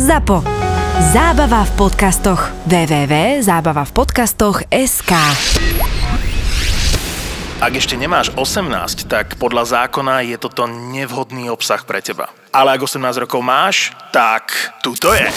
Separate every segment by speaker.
Speaker 1: ZAPO. Zábava v podcastoch. www.zábavavpodcastoch.sk
Speaker 2: Ak ešte nemáš 18, tak podľa zákona je toto nevhodný obsah pre teba. Ale ak 18 rokov máš, tak tu to je.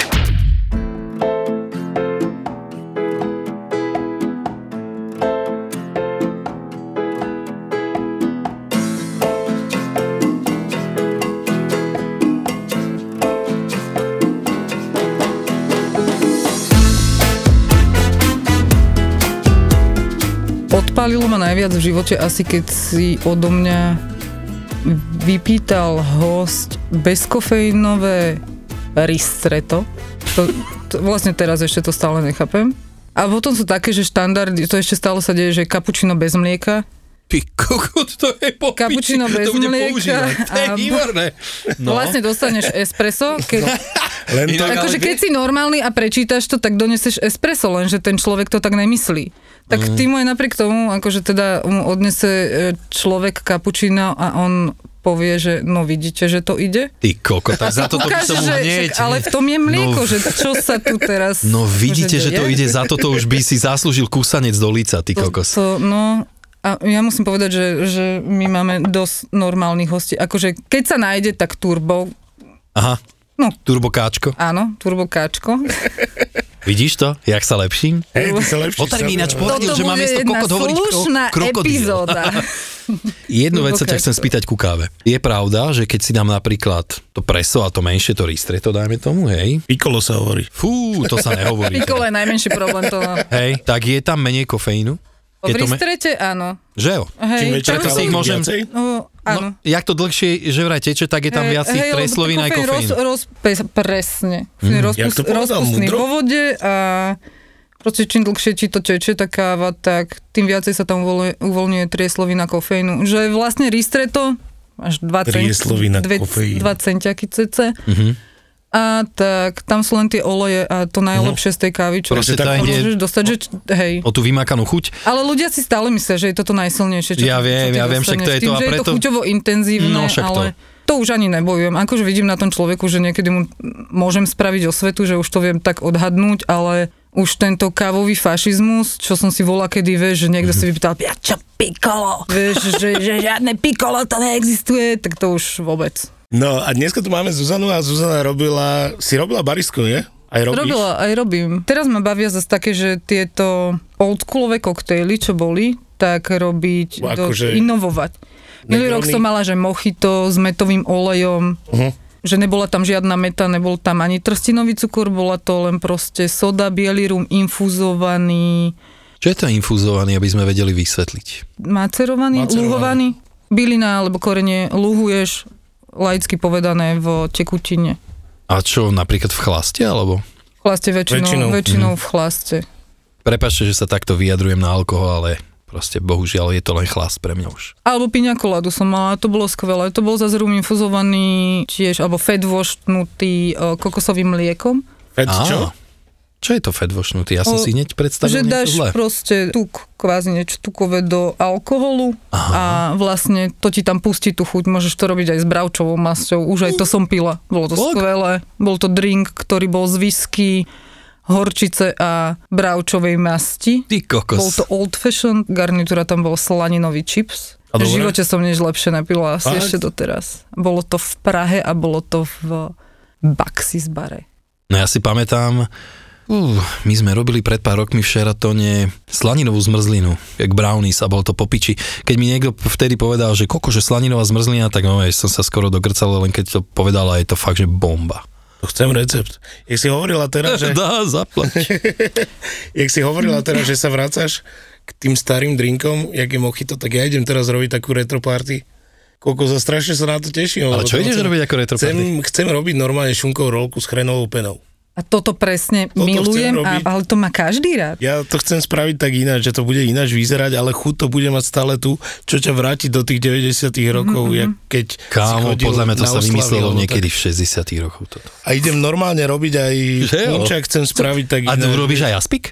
Speaker 3: Odpálilo ma najviac v živote asi keď si odo mňa vypýtal host bezkofeínové ristreto. To, to, vlastne teraz ešte to stále nechápem. A potom sú také, že štandardy, to ešte stále sa deje, že kapučino bez mlieka.
Speaker 4: Ty kokot, to je po piči,
Speaker 3: Kapučino bez
Speaker 4: to budem
Speaker 3: mlieka
Speaker 4: používať. To je
Speaker 3: a-
Speaker 4: výborné.
Speaker 3: No. Vlastne dostaneš espresso, keď,
Speaker 5: Len to,
Speaker 4: Inak-
Speaker 3: Akože
Speaker 4: ale
Speaker 3: keď si normálny a prečítaš to, tak doneseš espresso, lenže ten človek to tak nemyslí. Tak
Speaker 4: Mhm.
Speaker 3: mm. ty mu aj napriek tomu, akože teda mu odnese e, človek kapučino a on povie, že no vidíte, že to ide.
Speaker 4: Ty kokot, tak za toto by
Speaker 3: Ukáže,
Speaker 4: som mu
Speaker 3: že,
Speaker 4: hneď...
Speaker 3: však, ale v tom je mlieko,
Speaker 4: No.
Speaker 3: no, že čo sa tu teraz...
Speaker 4: No
Speaker 3: akože
Speaker 4: vidíte, že to
Speaker 3: deje.
Speaker 4: ide, za toto už by si zaslúžil kúsanec do lica, ty kokos.
Speaker 3: To, no, a ja musím povedať, že, že my máme dosť normálnych hostí. Akože keď sa nájde, tak turbo,
Speaker 4: Aha,
Speaker 3: No.
Speaker 4: turbokáčko.
Speaker 3: áno, turbo káčko.
Speaker 4: Vidíš to, jak sa lepším?
Speaker 5: hej, ty sa lepšie.
Speaker 4: Otar mi ináč
Speaker 5: sa-
Speaker 4: povedal,
Speaker 3: Toto
Speaker 4: že mám
Speaker 3: bude
Speaker 4: miesto
Speaker 3: jedna
Speaker 4: kokot hovoriť kro-
Speaker 3: slušná
Speaker 4: krokodil.
Speaker 3: epizóda.
Speaker 4: Jednu vec sa ťa
Speaker 3: Turbokáčko.
Speaker 4: chcem spýtať ku káve. Je pravda, že keď si dám napríklad to preso a to menšie, to ristretto, dajme tomu, hej?
Speaker 5: Pikolo sa hovorí.
Speaker 4: Fú, to sa nehovorí.
Speaker 3: Pikole je najmenší problém to. no.
Speaker 4: Hej, tak je tam menej kofeínu? Je
Speaker 3: V
Speaker 4: to me-
Speaker 3: ristrete, áno.
Speaker 4: že jo?
Speaker 3: Hej,
Speaker 5: Čím väčšia
Speaker 3: tam
Speaker 4: si
Speaker 5: kalória,
Speaker 3: sú-
Speaker 4: môžem-
Speaker 5: viacej?
Speaker 3: No, áno.
Speaker 4: No, jak to dlhšie že vraj teče, tak je tam viac tých
Speaker 3: lebo
Speaker 4: treslovín aj
Speaker 3: kofeín
Speaker 4: kofeín.
Speaker 3: Roz, rozpes, presne.
Speaker 5: Mhm. jak
Speaker 3: rozpus,
Speaker 5: to povedal,
Speaker 3: rozpustný
Speaker 5: múdro?
Speaker 3: vo vode a proste čím dlhšie ti to teče tá káva, tak tým viacej sa tam uvoľuje- uvoľňuje trieslovina kofeínu. Že vlastne ristretto, až 2
Speaker 5: Trieslovina kofeínu.
Speaker 3: 2 centiaky cc.
Speaker 4: Mhm.
Speaker 3: A tak tam sú len tie oleje a to najlepšie z tej kávy, čo
Speaker 4: Proste tá
Speaker 5: tak
Speaker 4: ide
Speaker 3: môžeš dostať, že č- hej.
Speaker 4: o tú vymakanú chuť.
Speaker 3: Ale ľudia si stále myslia, že je toto najsilnejšie. Čo
Speaker 4: Ja
Speaker 3: čo
Speaker 4: viem,
Speaker 3: ty
Speaker 4: ja viem, však to
Speaker 3: dostaneš.
Speaker 4: je to
Speaker 3: Tým,
Speaker 4: a
Speaker 3: že je to
Speaker 4: preto-
Speaker 3: chuťovo intenzívne,
Speaker 4: No, však to.
Speaker 3: ale to už ani nebojujem. Akože vidím na tom človeku, že niekedy mu môžem spraviť osvetu, že už to viem tak odhadnúť, ale už tento kávový fašizmus, čo som si volá kedy, vieš, že niekto si vypýtal, ja čo pikolo, vieš, že, že žiadne pikolo to neexistuje, tak to už vôbec.
Speaker 5: No a dneska tu máme Zuzanu a Zuzana robila, si robila barisko, je? Aj robíš?
Speaker 3: Robila, aj robím. Teraz ma bavia zase také, že tieto oldschoolové koktejly, čo boli, tak robiť,
Speaker 5: Bo
Speaker 3: do,
Speaker 5: akože-
Speaker 3: inovovať. Minulý
Speaker 5: Negroni.
Speaker 3: rok som mala, že mochito s metovým olejom,
Speaker 5: Uh-huh.
Speaker 3: že nebola tam žiadna meta, nebol tam ani trstinový cukor, bola to len proste soda, bielý rum, infuzovaný,
Speaker 4: Čo je to infúzovaný, aby sme vedeli vysvetliť?
Speaker 3: macerovaný,
Speaker 5: Macerovaný.
Speaker 3: luhovaný. Bylina alebo korenie luhuješ, laicky povedané, v tekutine.
Speaker 4: A čo, napríklad v chlaste, alebo?
Speaker 3: V chlaste väčšinou,
Speaker 5: Väčšinou,
Speaker 3: väčšinou, väčšinou v chlaste.
Speaker 4: Prepačte, že sa takto vyjadrujem na alkohol, ale proste bohužiaľ je to len chlast pre mňa už.
Speaker 3: Alebo piňa koladu som mala, to bolo skvelé. To bol zase rum infuzovaný tiež, alebo fedvoštnutý e, kokosovým mliekom.
Speaker 5: Fed,
Speaker 4: Á,
Speaker 5: čo?
Speaker 4: čo je to fedvošnutý? Ja som
Speaker 3: O,
Speaker 4: si
Speaker 3: že
Speaker 4: hneď predstavil
Speaker 3: dáš
Speaker 4: niečo zlé.
Speaker 3: proste tuk, kvázi niečo tukové do alkoholu Aha. a vlastne to ti tam pustí tú chuť. Môžeš to robiť aj s bravčovou masťou. Už aj to som pila. Bolo to
Speaker 4: Fakt?
Speaker 3: skvelé. Bol to drink, ktorý bol z whisky, horčice a bravčovej masti.
Speaker 4: Ty kokos.
Speaker 3: Bol to old fashion, garnitúra tam bol slaninový chips.
Speaker 5: A
Speaker 3: V
Speaker 5: dobre?
Speaker 3: živote som nič lepšie nepila asi
Speaker 5: Fakt?
Speaker 3: ešte doteraz. Bolo to v Prahe a bolo to v Baxis bare.
Speaker 4: No ja si pamätám, uh, my sme robili pred pár rokmi v Sheratone slaninovú zmrzlinu, jak brownies a bol to popiči. Keď mi niekto vtedy povedal, že koko, že slaninová zmrzlina, tak no, ja som sa skoro dogrcal, len keď to povedala, je to fakt, že bomba.
Speaker 5: To chcem recept. Jak si hovorila teraz, že,
Speaker 4: Dá, zaplať.
Speaker 5: jak si hovorila teraz, že sa vracaš k tým starým drinkom, jak je mochito, tak ja idem teraz robiť takú retro party. Koľko za strašne sa na to teším.
Speaker 4: Ale
Speaker 5: lebo
Speaker 4: čo
Speaker 5: to
Speaker 4: ideš
Speaker 5: chcem-
Speaker 4: robiť ako retro
Speaker 5: Chcem,
Speaker 4: party?
Speaker 5: chcem robiť normálne šunkovú rolku s chrenovou penou.
Speaker 3: A toto presne
Speaker 5: Toto
Speaker 3: milujem,
Speaker 5: chcem
Speaker 3: a,
Speaker 5: robiť.
Speaker 3: ale to má každý rád.
Speaker 5: Ja to chcem spraviť tak ináč, že to bude ináč vyzerať, ale chuť to bude mať stále tu, čo ťa vráti do tých 90 rokov, mm-hmm. jak keď
Speaker 4: Kámo,
Speaker 5: si chodil
Speaker 4: podľa mňa to
Speaker 5: na
Speaker 4: sa
Speaker 5: oslavy,
Speaker 4: vymyslelo
Speaker 5: alebo
Speaker 4: niekedy v 60 rokoch toto.
Speaker 5: Tak. A idem normálne robiť aj
Speaker 4: Že jo?
Speaker 5: punčak, chcem spraviť tak
Speaker 4: A
Speaker 5: ináč.
Speaker 4: to robíš aj aspik?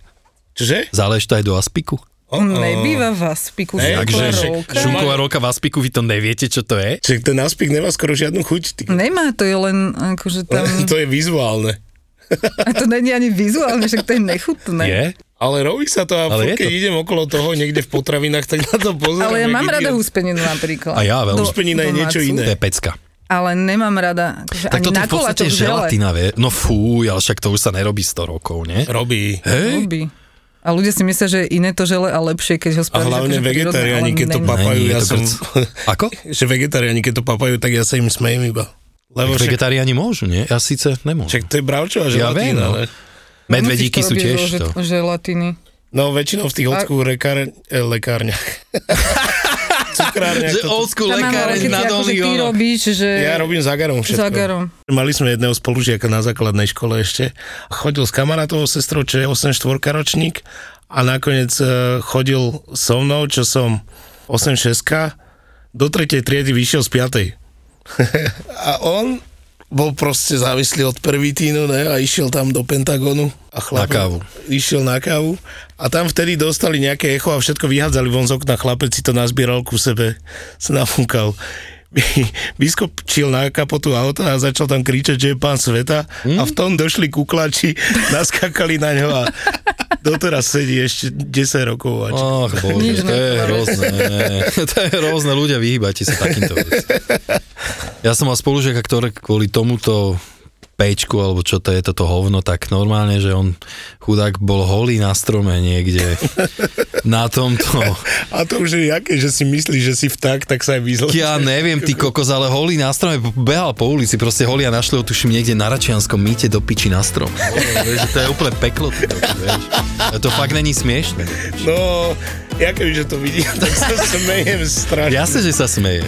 Speaker 5: Čože?
Speaker 4: Záleží to aj do aspiku?
Speaker 5: O, o.
Speaker 3: Nebýva vás piku
Speaker 5: Hej,
Speaker 3: šunková
Speaker 5: že-
Speaker 4: Takže
Speaker 3: rolka.
Speaker 4: šunková roka v aspiku, vy to neviete, čo to je?
Speaker 5: Čiže ten náspik nemá skoro žiadnu chuť. Ty.
Speaker 3: Nemá, to je len akože tam...
Speaker 5: to je vizuálne.
Speaker 3: A to není ani vizuálne, však to je nechutné.
Speaker 4: Je?
Speaker 5: Ale robí sa to a
Speaker 4: Ale je
Speaker 5: furt, keď
Speaker 4: to.
Speaker 5: idem okolo toho niekde v potravinách, tak na to pozerám.
Speaker 3: Ale ja
Speaker 5: jak
Speaker 3: mám rada
Speaker 5: idiot.
Speaker 3: húspeninu napríklad.
Speaker 4: A ja veľmi.
Speaker 5: Húspenina je niečo
Speaker 3: domácu,
Speaker 5: iné.
Speaker 4: To je pecka.
Speaker 3: Ale nemám rada. akože
Speaker 4: Tak
Speaker 3: ani
Speaker 4: toto
Speaker 3: na
Speaker 4: je v podstate
Speaker 3: koláčok v žele.
Speaker 4: želatina, vie? No fú, ale však to už sa nerobí 100 rokov, nie?
Speaker 5: Robí.
Speaker 4: Hej?
Speaker 3: Robí. A ľudia si myslia, že je iné to žele a lepšie, keď ho
Speaker 5: A
Speaker 3: spravíš.
Speaker 5: hlavne
Speaker 3: akože prírodné,
Speaker 5: vegetariáni,
Speaker 3: ale
Speaker 5: keď to
Speaker 3: není.
Speaker 4: pap-
Speaker 5: papajú,
Speaker 4: Není, je
Speaker 5: ja
Speaker 4: to
Speaker 5: som...
Speaker 4: krc. Ako?
Speaker 5: že vegetariáni, keď to papajú, tak ja sa im smejem iba. Lebo však,
Speaker 4: Vegetariáni môžu, nie? Ja síce
Speaker 5: však
Speaker 4: nemôžem.
Speaker 5: to je bravčová
Speaker 4: Ja viem,
Speaker 5: želatína.
Speaker 4: no.
Speaker 5: ale...
Speaker 4: Medvedíky
Speaker 3: Musíš
Speaker 4: sú
Speaker 3: robiť
Speaker 4: tiež
Speaker 3: zo
Speaker 4: to.
Speaker 3: žet- Želatiny.
Speaker 5: No väčšinou v tých old school lekár, eh, lekárniach. Cukrárniach.
Speaker 4: Že
Speaker 5: toto-
Speaker 4: old school
Speaker 3: Tam áno, ale keď
Speaker 4: lekáreň na
Speaker 3: si akože
Speaker 4: dolných
Speaker 3: ty
Speaker 4: vlnách.
Speaker 3: robíš, že...
Speaker 5: Ja robím zagarom všetko.
Speaker 3: Zagarom.
Speaker 5: Mali sme jedného spolužiaka na základnej škole ešte. Chodil s kamarátovou sestrou, čo je 84 ročník a nakoniec eh, chodil so mnou, čo som 86 do tretej triedy vyšiel z piatej. a on bol proste závislý od pervitínu ne? a išiel tam do Pentagonu. A chlapec,
Speaker 4: Na kávu.
Speaker 5: Išiel na kávu a tam vtedy dostali nejaké echo a všetko vyhádzali von z okna. Chlapec si to nazbieral ku sebe, sa nafúkal. Vyskočil na kapotu auta a začal tam kričať, že je pán sveta a v tom došli kuklači, naskakali na ňo a doteraz sedí ešte 10 rokov. A čo-
Speaker 4: Ach bože,
Speaker 3: Nič
Speaker 4: to je
Speaker 3: nepovedal.
Speaker 4: hrozné. to je hrozné, ľudia, vyhýbajte sa takýmto veciam. Ja som mal spolužiaka, ktorý kvôli tomuto pečku, alebo čo to je, toto hovno, tak normálne, že on chudák bol holý na strome niekde na tomto.
Speaker 5: A to už je jaké, že si myslíš, že si vták, tak sa aj vyzlečí.
Speaker 4: Ja neviem, ty kokos, ale holý na strome behal po ulici, proste holý a našli ho tuším niekde na Račianskom mýte do piči na strom. Vieš, že to je úplne peklo, ty kokos, vieš. To fakt není smiešne.
Speaker 5: No, ja keby, že to vidím, tak sa smejem strašne.
Speaker 4: Jasne, že sa smeje.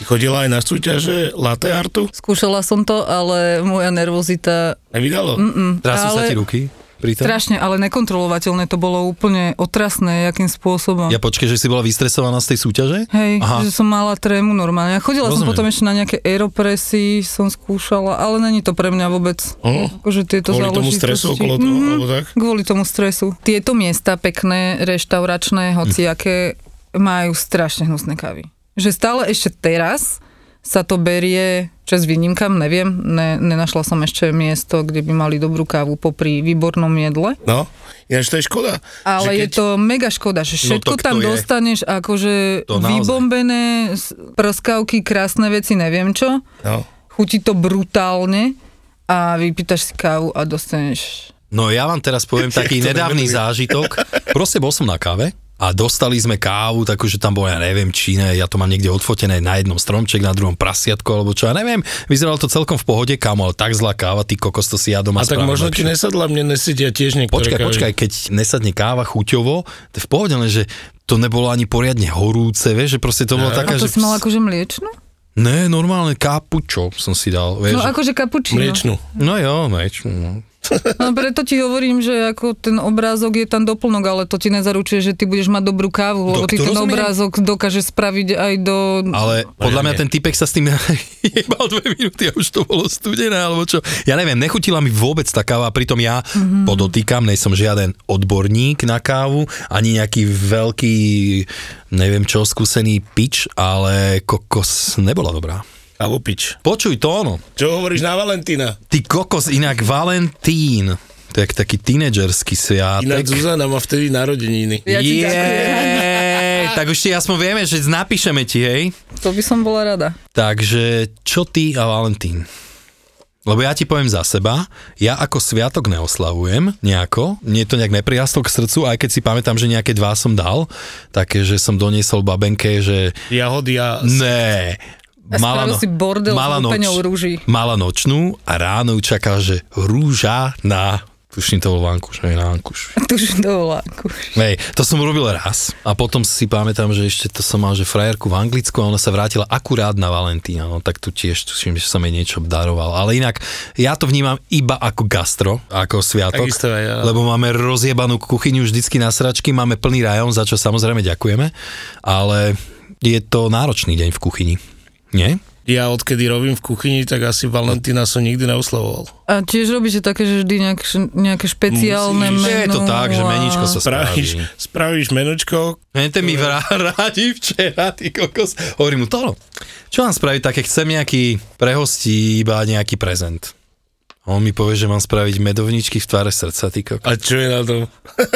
Speaker 5: Si chodila aj na súťaže latte artu?
Speaker 3: Skúšala som to, ale moja nervozita...
Speaker 5: Nevydalo?
Speaker 3: Mm,
Speaker 4: Trasú sa
Speaker 3: ale...
Speaker 4: ti ruky? Pri tom?
Speaker 3: Strašne, ale nekontrolovateľné to bolo úplne otrasné, jakým spôsobom.
Speaker 4: Ja počkej, že si bola vystresovaná z tej súťaže?
Speaker 3: Hej,
Speaker 4: Aha.
Speaker 3: Aha. že som mala trému normálne. Ja chodila som
Speaker 4: Rozumiem.
Speaker 3: potom ešte na nejaké aeropresy, som skúšala, ale není to pre mňa vôbec.
Speaker 5: Hm?
Speaker 3: Akože tieto
Speaker 5: Kvôli tomu stresu
Speaker 3: záležitosti.
Speaker 5: okolo toho,
Speaker 3: Mhm,
Speaker 5: alebo tak?
Speaker 3: Kvôli tomu stresu. Tieto miesta pekné, reštauračné, hociaké, majú strašne hnusné kávy. Že stále ešte teraz sa to berie, čo s výnimkám, neviem, ne, nenašla som ešte miesto, kde by mali dobrú kávu popri výbornom jedle.
Speaker 5: No, ináč to je škoda.
Speaker 3: Ale
Speaker 5: že
Speaker 3: je to mega škoda, že všetko
Speaker 4: No tak to
Speaker 3: tam
Speaker 4: je.
Speaker 3: dostaneš akože
Speaker 4: To naozaj.
Speaker 3: vybombené s- prskavky, krásne veci, neviem čo.
Speaker 5: No.
Speaker 3: Chutí to brutálne a vypýtaš si kávu a dostaneš...
Speaker 4: No ja vám teraz poviem taký nedávny zážitok. Proste bol som na káve a dostali sme kávu, takú, že tam bolo, ja neviem, Číne, ja to mám niekde odfotené na jednom stromček, na druhom prasiatko, alebo čo, ja neviem. Vyzeralo to celkom v pohode, kámo, ale tak zlá káva, ty kokos, to si ja doma
Speaker 5: A tak
Speaker 4: spravím
Speaker 5: možno ti
Speaker 4: lepšie.
Speaker 5: nesadla, mne nesedia tiež niektoré
Speaker 4: Počkaj,
Speaker 5: kávy.
Speaker 4: počkaj, keď nesadne káva chuťovo, to je v pohode, lenže to nebolo ani poriadne horúce, vieš, že proste to bolo
Speaker 3: A
Speaker 4: taká,
Speaker 3: to si
Speaker 4: že...
Speaker 3: mal akože mliečnu?
Speaker 4: Ne, normálne kápučo som si dal, vieš.
Speaker 3: No
Speaker 4: že-
Speaker 3: akože kapučino.
Speaker 5: Mliečnú.
Speaker 4: No jo, meč, no.
Speaker 3: No preto ti hovorím, že ako ten obrázok je tam doplnok, ale to ti nezaručuje, že ty budeš mať dobrú kávu, lebo
Speaker 4: Dok-
Speaker 3: ty
Speaker 4: to
Speaker 3: ten
Speaker 4: rozumiem.
Speaker 3: obrázok dokáže spraviť aj do...
Speaker 4: Ale podľa mňa
Speaker 5: nie.
Speaker 4: ten typek sa s tým jebal dve minúty a už to bolo studené, alebo čo. Ja neviem, nechutila mi vôbec tá káva, a pritom ja
Speaker 3: Mhm.
Speaker 4: mm-hmm. podotýkam, nejsom žiaden odborník na kávu, ani nejaký veľký, neviem čo, skúsený pič, ale kokos nebola dobrá.
Speaker 5: Alebo pič.
Speaker 4: Počuj to ono,
Speaker 5: Čo hovoríš na Valentína?
Speaker 4: ty kokos inak Valentín, to je jak taký tínedžerský
Speaker 5: Ináč
Speaker 4: sviatek.
Speaker 5: Zuzana má vtedy narodeniny.
Speaker 3: Ja ti
Speaker 4: Jej, tak už ti aspoň vieme, že napíšeme ti, hej.
Speaker 3: To by som bola rada.
Speaker 4: Takže čo ty a Valentín? Lebo ja ti poviem za seba, ja ako sviatok neoslavujem nejako, mne to nejak nepriastlo k srdcu, aj keď si pamätám, že nejaké dva som dal, také, že som doniesol babenke, že
Speaker 5: Jahody a...
Speaker 4: ne,
Speaker 3: A
Speaker 4: no-
Speaker 3: spravil si bordel s lupeňou rúží.
Speaker 4: mala nočnú a ráno ju čaká, že rúža na, tuším to bol vankuš, hej, na vankuš.
Speaker 3: Tuž dovolá. Kuš.
Speaker 4: Hej, to som urobil raz a potom si pamätám, že ešte to som mal, že frajerku v Anglicku a ona sa vrátila akurát na Valentína, no tak tu tiež tuším, že som jej niečo daroval, ale inak ja to vnímam iba ako gastro, ako sviatok,
Speaker 5: Takisto aj ja.
Speaker 4: lebo máme rozjebanú kuchyňu vždycky na sračky, máme plný rajón, za čo samozrejme ďakujeme, ale je to náročný deň v kuchyni, nie?
Speaker 5: Ja odkedy robím v kuchyni, tak asi Valentína som nikdy neuslavoval.
Speaker 3: A tiež robíte také, že vždy nejak, nejaké špeciálne
Speaker 5: Musíš.
Speaker 3: menu.
Speaker 4: Je to tak, že
Speaker 3: a-
Speaker 4: meničko sa
Speaker 5: Spravíš,
Speaker 4: spraví.
Speaker 5: spravíš menučko,
Speaker 4: Hente mi vrá, rádi včera, ty kokos. Hovorím mu, Tolo, čo mám spraviť také, chcem nejaký pre hostí iba nejaký prezent. A on mi povie, že mám spraviť medovničky v tvare srdca, ty kokos.
Speaker 5: a čo je na tom?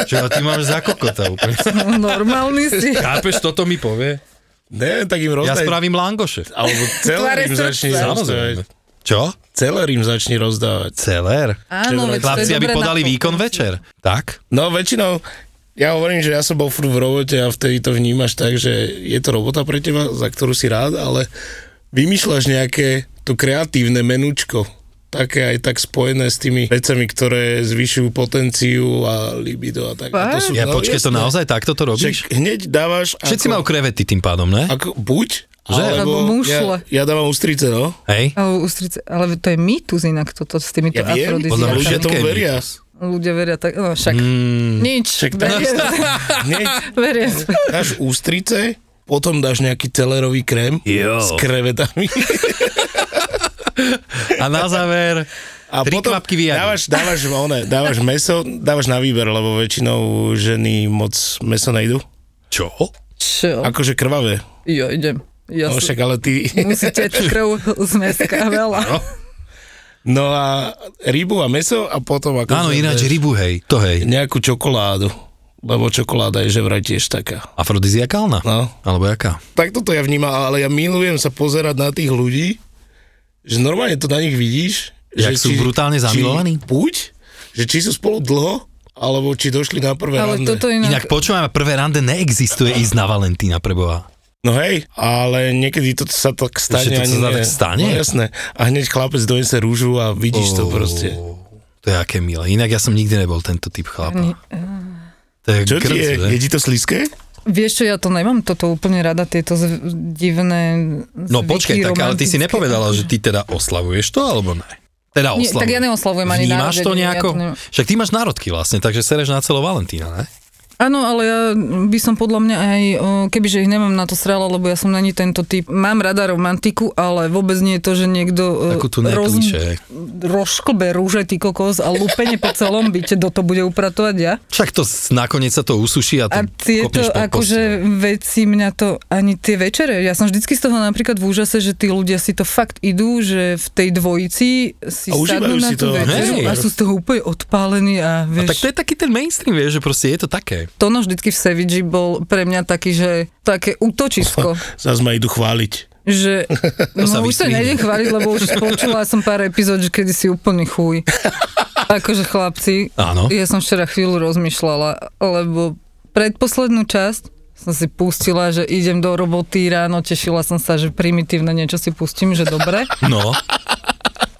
Speaker 4: Čo, a ty máš za kokota úplne.
Speaker 3: Normálny si.
Speaker 4: Chápeš, toto mi povie?
Speaker 5: Ne, tak im
Speaker 4: Ja
Speaker 5: rozdaj.
Speaker 4: spravím langoše.
Speaker 5: Alebo
Speaker 3: Tvare
Speaker 5: celé im
Speaker 3: srdca.
Speaker 5: začni rozdávať.
Speaker 4: Samozrejme. Čo?
Speaker 5: Celé im začni rozdávať.
Speaker 4: Celer.
Speaker 3: Áno, veď to je
Speaker 4: Chlapci, aby
Speaker 3: dobre na
Speaker 4: podali
Speaker 3: pokoj.
Speaker 4: výkon večer. Tak?
Speaker 5: No väčšinou, ja hovorím, že ja som bol furt v robote a vtedy to vnímaš tak, že je to robota pre teba, za ktorú si rád, ale vymýšľaš nejaké to kreatívne menučko, také aj tak spojené s tými vecami, ktoré zvyšujú potenciu a libido a tak. A
Speaker 3: Fakt?
Speaker 5: sú,
Speaker 4: Ja počkej, to
Speaker 5: No, jasné,
Speaker 4: naozaj takto to
Speaker 5: Že
Speaker 4: robíš?
Speaker 5: hneď dávaš...
Speaker 4: Všetci majú krevety tým pádom, ne?
Speaker 5: ako, buď,
Speaker 4: Že?
Speaker 5: alebo,
Speaker 3: Alebo mušle.
Speaker 5: Ja, ja dávam ústrice, no.
Speaker 4: Hej?
Speaker 3: Ale, ústrice, ale to je mýtus inak toto s týmito
Speaker 5: Ja viem,
Speaker 4: Podľa mňa
Speaker 5: ľudia
Speaker 4: všetko
Speaker 5: tomu
Speaker 4: je
Speaker 5: veria.
Speaker 3: Ľudia veria tak, no však. Mm, Nič.
Speaker 5: Však to-
Speaker 3: veria,
Speaker 5: Hneď
Speaker 3: veria.
Speaker 5: dáš ústrice, potom dáš nejaký telerový krém
Speaker 4: Jo.
Speaker 5: s krevetami.
Speaker 4: A na záver,
Speaker 5: A
Speaker 4: Tri
Speaker 5: potom
Speaker 4: kvapky Viagry.
Speaker 5: dávaš, dávaš, one, dávaš meso, dávaš na výber, lebo väčšinou ženy moc meso nejdu.
Speaker 4: čo?
Speaker 3: Čo?
Speaker 5: Akože krvavé.
Speaker 3: Ja idem. Ja
Speaker 5: No
Speaker 3: som-
Speaker 5: však, ale ty...
Speaker 3: Musíte tú krv z meska veľa.
Speaker 5: No a rybu a meso a potom ako...
Speaker 4: Áno, ináč rybu, hej, to hej.
Speaker 5: Nejakú čokoládu. Lebo čokoláda je že vraj tiež taká.
Speaker 4: Afrodiziakálna?
Speaker 5: No.
Speaker 4: Alebo jaká?
Speaker 5: Tak toto ja vnímam, ale ja milujem sa pozerať na tých ľudí, že normálne to na nich vidíš.
Speaker 4: Jak
Speaker 5: že
Speaker 4: sú brutálne zamilovaní?
Speaker 5: Či, buď, že či sú spolu dlho, alebo či došli na prvé
Speaker 3: Ale
Speaker 5: rande.
Speaker 3: toto inak...
Speaker 4: Inak počúvame, prvé rande neexistuje ísť na Valentína, preboha.
Speaker 5: No hej, ale niekedy to sa tak stane.
Speaker 4: Ešte to
Speaker 5: ani
Speaker 4: sa
Speaker 5: nie.
Speaker 4: tak stane?
Speaker 5: No jasné. A hneď chlapec donese rúžu a vidíš
Speaker 4: Ó,
Speaker 5: to proste.
Speaker 4: To je aké milé. Inak ja som nikdy nebol tento typ chlapa. To je
Speaker 5: Čo ti
Speaker 4: grc,
Speaker 5: je?
Speaker 4: že?
Speaker 5: Je ti to slízke?
Speaker 3: Vieš čo, ja to nemám toto úplne rada, tieto zv- divné
Speaker 4: No počkaj,
Speaker 3: zvyky
Speaker 4: tak ale ty
Speaker 3: romantické.
Speaker 4: si nepovedala, že ty teda oslavuješ to, alebo ne? Teda
Speaker 3: Nie,
Speaker 4: oslavujem.
Speaker 3: tak ja neoslavujem ani
Speaker 4: Vnímaš to
Speaker 3: narodeniny, ja
Speaker 4: nejako?
Speaker 3: to nemám.
Speaker 4: Však ty máš národky vlastne, takže sereš na celo Valentína, ne?
Speaker 3: Áno, ale ja by som podľa mňa aj, o, kebyže ich nemám na to srala, lebo ja som není tento typ. Mám rada romantiku, ale vôbec nie je to, že niekto o,
Speaker 4: Takú tu neklíče.
Speaker 3: rošklbe rúže ty kokos a lúpenie po celom byte, do to bude upratovať ja.
Speaker 4: Však to s- nakoniec sa to usuší a
Speaker 3: A
Speaker 4: to
Speaker 3: tieto
Speaker 4: kopneš pod postel.
Speaker 3: akože veci mňa to, ani tie večere, ja som vždycky z toho napríklad v úžase, že tí ľudia si to fakt idú, že v tej dvojici si
Speaker 5: A
Speaker 3: sadnú
Speaker 5: užívajú
Speaker 3: na
Speaker 5: si
Speaker 3: tú
Speaker 5: to.
Speaker 3: večeru
Speaker 4: Hej.
Speaker 3: a sú z toho úplne odpálení a
Speaker 4: A
Speaker 3: vieš...
Speaker 4: No tak to je taký ten mainstream, vieš, že proste je to také.
Speaker 3: Tono vždycky v Sevidži bol pre mňa taký, že také útočisko,
Speaker 5: Zas ma idú chváliť.
Speaker 3: že no,
Speaker 4: sa
Speaker 3: už sa
Speaker 4: vystrihne.
Speaker 3: nejdem chváliť, lebo už počula som pár epizód, že kedy si úplný chuj. Akože chlapci,
Speaker 4: Áno.
Speaker 3: ja som včera chvíľu rozmýšľala, lebo predposlednú časť som si pustila, že idem do roboty ráno, tešila som sa, že primitívne niečo si pustím, že dobre.
Speaker 4: No,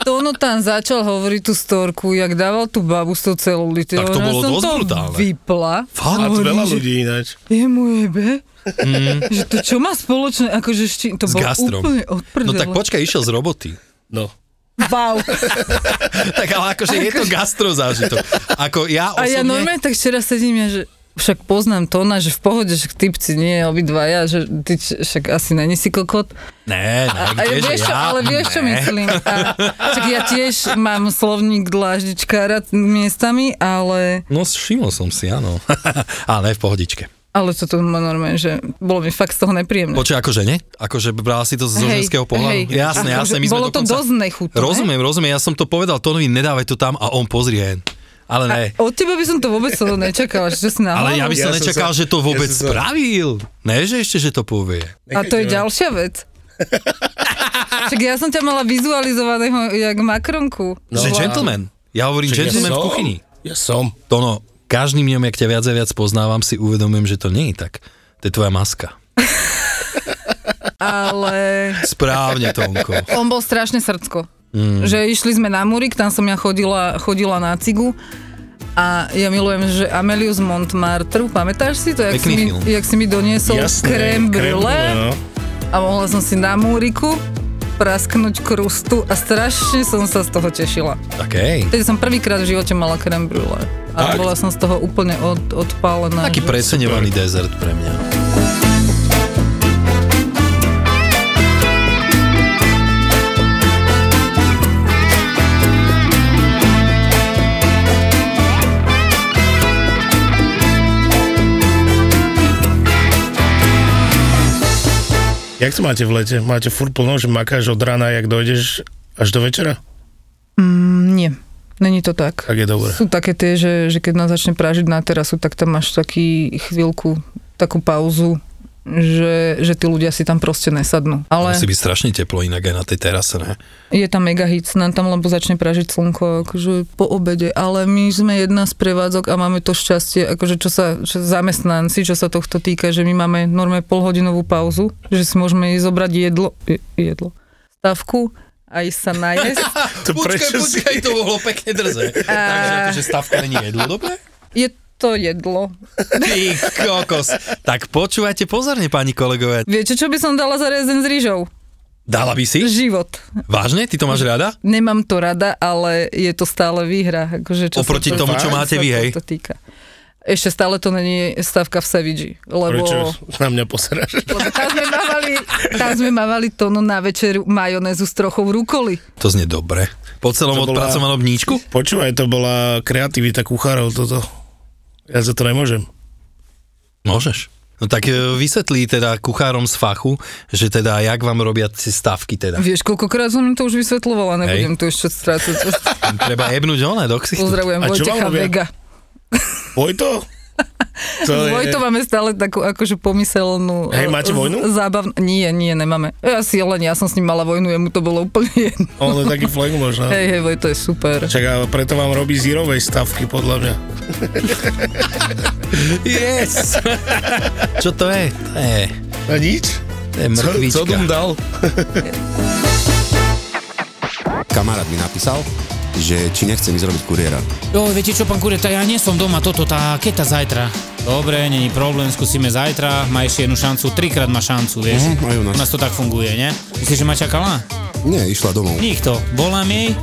Speaker 3: Tono tam začal hovoriť tú storku, jak dával tú babu s tou celulitou.
Speaker 4: Tak to
Speaker 3: Ja
Speaker 4: bolo
Speaker 3: som
Speaker 4: dosť
Speaker 3: to
Speaker 4: brutálne.
Speaker 3: vypla.
Speaker 4: Fakt?
Speaker 5: A to
Speaker 3: Hovorím,
Speaker 5: veľa
Speaker 3: že
Speaker 5: ľudí ináč.
Speaker 3: je mu jebe? Mm. Že to čo má spoločné, akože ešte to
Speaker 4: s
Speaker 3: bolo
Speaker 4: gastrom.
Speaker 3: úplne
Speaker 4: No
Speaker 3: odprdele.
Speaker 4: tak počkaj, išiel z roboty.
Speaker 5: No.
Speaker 3: Wow.
Speaker 4: tak ale akože je to gastro zážitok. Ako ja
Speaker 3: A ja
Speaker 4: osobne...
Speaker 3: normálne tak včera sedím, ja, že však poznám Tona, že v pohode, že typci nie, obidva ja, že ty č- však asi není si kokot.
Speaker 4: Ne, ne,
Speaker 3: A
Speaker 4: kdeže
Speaker 3: vieš, čo,
Speaker 4: ja?
Speaker 3: ale vieš, čo
Speaker 4: Ne.
Speaker 3: myslím. A, čak ja tiež mám slovník dláždičkára miestami, ale,
Speaker 4: No všimol som si, áno. ale ne v pohodičke.
Speaker 3: ale toto ma normálne, že bolo mi fakt z toho nepríjemné.
Speaker 4: Počuj, akože ne? Akože brala si to zo
Speaker 3: Hej,
Speaker 4: ženského pohľadu?
Speaker 3: hej.
Speaker 4: Jasné,
Speaker 3: Akože
Speaker 4: jasné, my sme
Speaker 3: bolo to
Speaker 4: dokonca...
Speaker 3: dosť nechutné.
Speaker 4: Rozumiem, rozumiem, ja som to povedal Tonovi, nedávaj to tam a on pozrie. hen. Ale ne.
Speaker 3: Od teba by som to vôbec sa to nečakala, že čo si na
Speaker 4: E. Ale ja
Speaker 3: hlavu?
Speaker 4: by som
Speaker 5: Ja som
Speaker 4: nečakal,
Speaker 5: sa-
Speaker 4: že to vôbec
Speaker 5: ja som sa-
Speaker 4: spravil. Ne, že ešte, že to povie.
Speaker 3: A to je ďalšia vec. Však ja som ťa mala vizualizovaného jak makronku.
Speaker 4: No, že gentleman. Ja hovorím
Speaker 5: Však ja
Speaker 4: gentleman v
Speaker 5: som.
Speaker 4: kuchyni.
Speaker 5: Ja som.
Speaker 4: Tono, každým dňom, jak ťa viac a viac poznávam, si uvedomujem, že to nie je tak. To je tvoja maska.
Speaker 3: Ale
Speaker 4: Správne, Tonko.
Speaker 3: on bol strašne srdsko. Mm. Že išli sme na Murik, tam som ja chodila, chodila na cigu a ja milujem, že Amelius Montmartre, pamätáš si to, jak, si
Speaker 4: Pekný
Speaker 3: mi,
Speaker 4: film.
Speaker 3: jak si mi doniesol
Speaker 5: Jasné,
Speaker 3: krém brule
Speaker 5: no.
Speaker 3: a mohla som si na Muriku prasknúť krustu a strašne som sa z toho tešila.
Speaker 4: Takej.
Speaker 3: Vtedy som prvýkrát v živote mala krém brule a
Speaker 5: Fakt?
Speaker 3: bola som z toho úplne od, odpálená. že-
Speaker 4: Taký preceňovaný dezert pre mňa.
Speaker 5: Jak to máte v lete? Máte furt plno, že makáš od rána, jak dojdeš až do večera?
Speaker 3: Mm, nie, není to tak.
Speaker 5: Tak je dobré.
Speaker 3: Sú také tie, že, že keď nás začne prážiť na terasu, tak tam máš taký chvíľku, takú pauzu, že, že tí ľudia si tam proste nesadnú. Ale
Speaker 4: Musí byť strašne teplo inak aj na tej terase, ne?
Speaker 3: je tam mega hit, nám tam lebo začne pražiť slnko, akože po obede, ale my sme jedna z prevádzok a máme to šťastie, akože čo sa čo zamestnanci, čo sa tohto týka, že my máme normálne polhodinovú pauzu, že si môžeme ísť zobrať jedlo, je- jedlo, stavku a ísť sa najesť.
Speaker 5: To prečo si-
Speaker 4: to bolo pekne drze. Takže akože stavka není jedlo, dobre?
Speaker 3: Je to jedlo.
Speaker 4: Ty kokos. Tak počúvajte pozorne, pani kolegové.
Speaker 3: Viete, čo by som dala za rezen s rýžou?
Speaker 4: Dala by si?
Speaker 3: Život.
Speaker 4: Vážne? Ty to máš rada?
Speaker 3: Nemám to rada, ale je to stále výhra. Akože, čo sa
Speaker 4: Oproti
Speaker 3: to,
Speaker 4: tomu, čo
Speaker 3: sa
Speaker 4: máte vy, hej?
Speaker 3: To týka. Ešte stále to není stavka v Savigi, lebo...
Speaker 5: Prečo na mňa poseráš?
Speaker 3: Lebo tam sme mávali, tam sme mávali tonu na večeru majonézu s trochou rukoli.
Speaker 4: To znie dobre. Po celom
Speaker 5: To bola-
Speaker 4: odpracovanom dníčku?
Speaker 5: Počúvaj, to bola kreativita kuchárov toto. Ja za to nemôžem.
Speaker 4: Môžeš. No tak e, vysvetlí teda kuchárom z fachu, že teda jak vám robia tie stavky teda.
Speaker 3: Vieš, koľkokrát som im to už vysvetľovala, nebudem
Speaker 4: Hej.
Speaker 3: tu ešte strácať. čas.
Speaker 4: Treba jebnúť one do ksichtu.
Speaker 3: Pozdravujem
Speaker 5: A čo
Speaker 3: Vojtecha
Speaker 5: vám robia?
Speaker 3: Vega.
Speaker 5: Vojto? To
Speaker 3: S Vojto máme stále takú akože pomyselnú...
Speaker 5: Hej,
Speaker 3: e,
Speaker 5: máte
Speaker 3: z-
Speaker 5: vojnu?
Speaker 3: Zábavnú. Nie, nie, nemáme. Ja si len, ja som s ním mala vojnu, jemu to bolo úplne jedno.
Speaker 5: On je taký flag možno.
Speaker 3: Hej, hej, Vojto je super.
Speaker 5: Čak a preto vám robí zírovej stavky, podľa mňa.
Speaker 4: Yes! Čo to je? To je,
Speaker 5: A nič?
Speaker 4: to je mrkvička.
Speaker 5: Co, co dum dal?
Speaker 6: Kamarát mi napísal, že či nechcem ísť robiť kuriéra.
Speaker 7: Jo, viete čo, pán kureta, ja nie som doma, toto, tá keta zajtra. Dobre, není problém, skúsime zajtra, má ešte jednu šancu, trikrát má šancu, vieš.
Speaker 6: Mhm, aj u nás.
Speaker 7: U nás to tak funguje, ne? Myslíš, že ma čakala?
Speaker 6: Nie, išla domov.
Speaker 7: Nikto. Volám jej,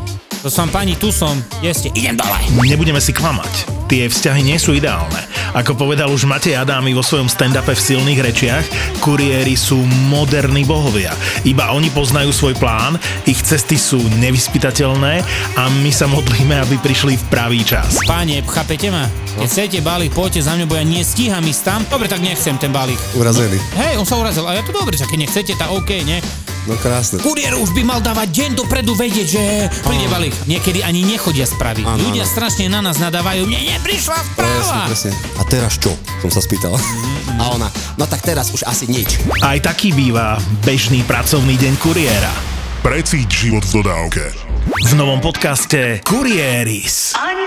Speaker 7: to som pani, tu som, kde ste? Idem dole.
Speaker 2: Nebudeme si klamať, tie vzťahy nie sú ideálne. Ako povedal už Matej Adámy vo svojom stand-upe v silných rečiach, kuriéri sú moderní bohovia. Iba oni poznajú svoj plán, ich cesty sú nevyspytateľné a my sa modlíme, aby prišli v pravý čas.
Speaker 7: Páne, chápete ma? Keď
Speaker 6: No.
Speaker 7: chcete balík, poďte za mňou, bo ja nestíham ísť tam. Dobre, tak nechcem ten balík.
Speaker 6: Urazený.
Speaker 7: Hej, on sa urazil, a ja to dobre, že keď nechcete, tak OK, ne?
Speaker 6: No krásne.
Speaker 7: Kuriér už by mal dávať deň dopredu vedieť, že príde balík. Niekedy ani nechodia správy.
Speaker 6: Áno,
Speaker 7: Ľudia
Speaker 6: áno.
Speaker 7: strašne na nás nadávajú. Mne neprišla
Speaker 6: Presne,
Speaker 7: správa.
Speaker 6: presne. A teraz čo? Som sa spýtal. A ona, no tak teraz už asi nič.
Speaker 2: Aj taký býva bežný pracovný deň kuriéra.
Speaker 8: Precíť život v dodávke.
Speaker 2: V novom podcaste Kuriéris.
Speaker 9: I'm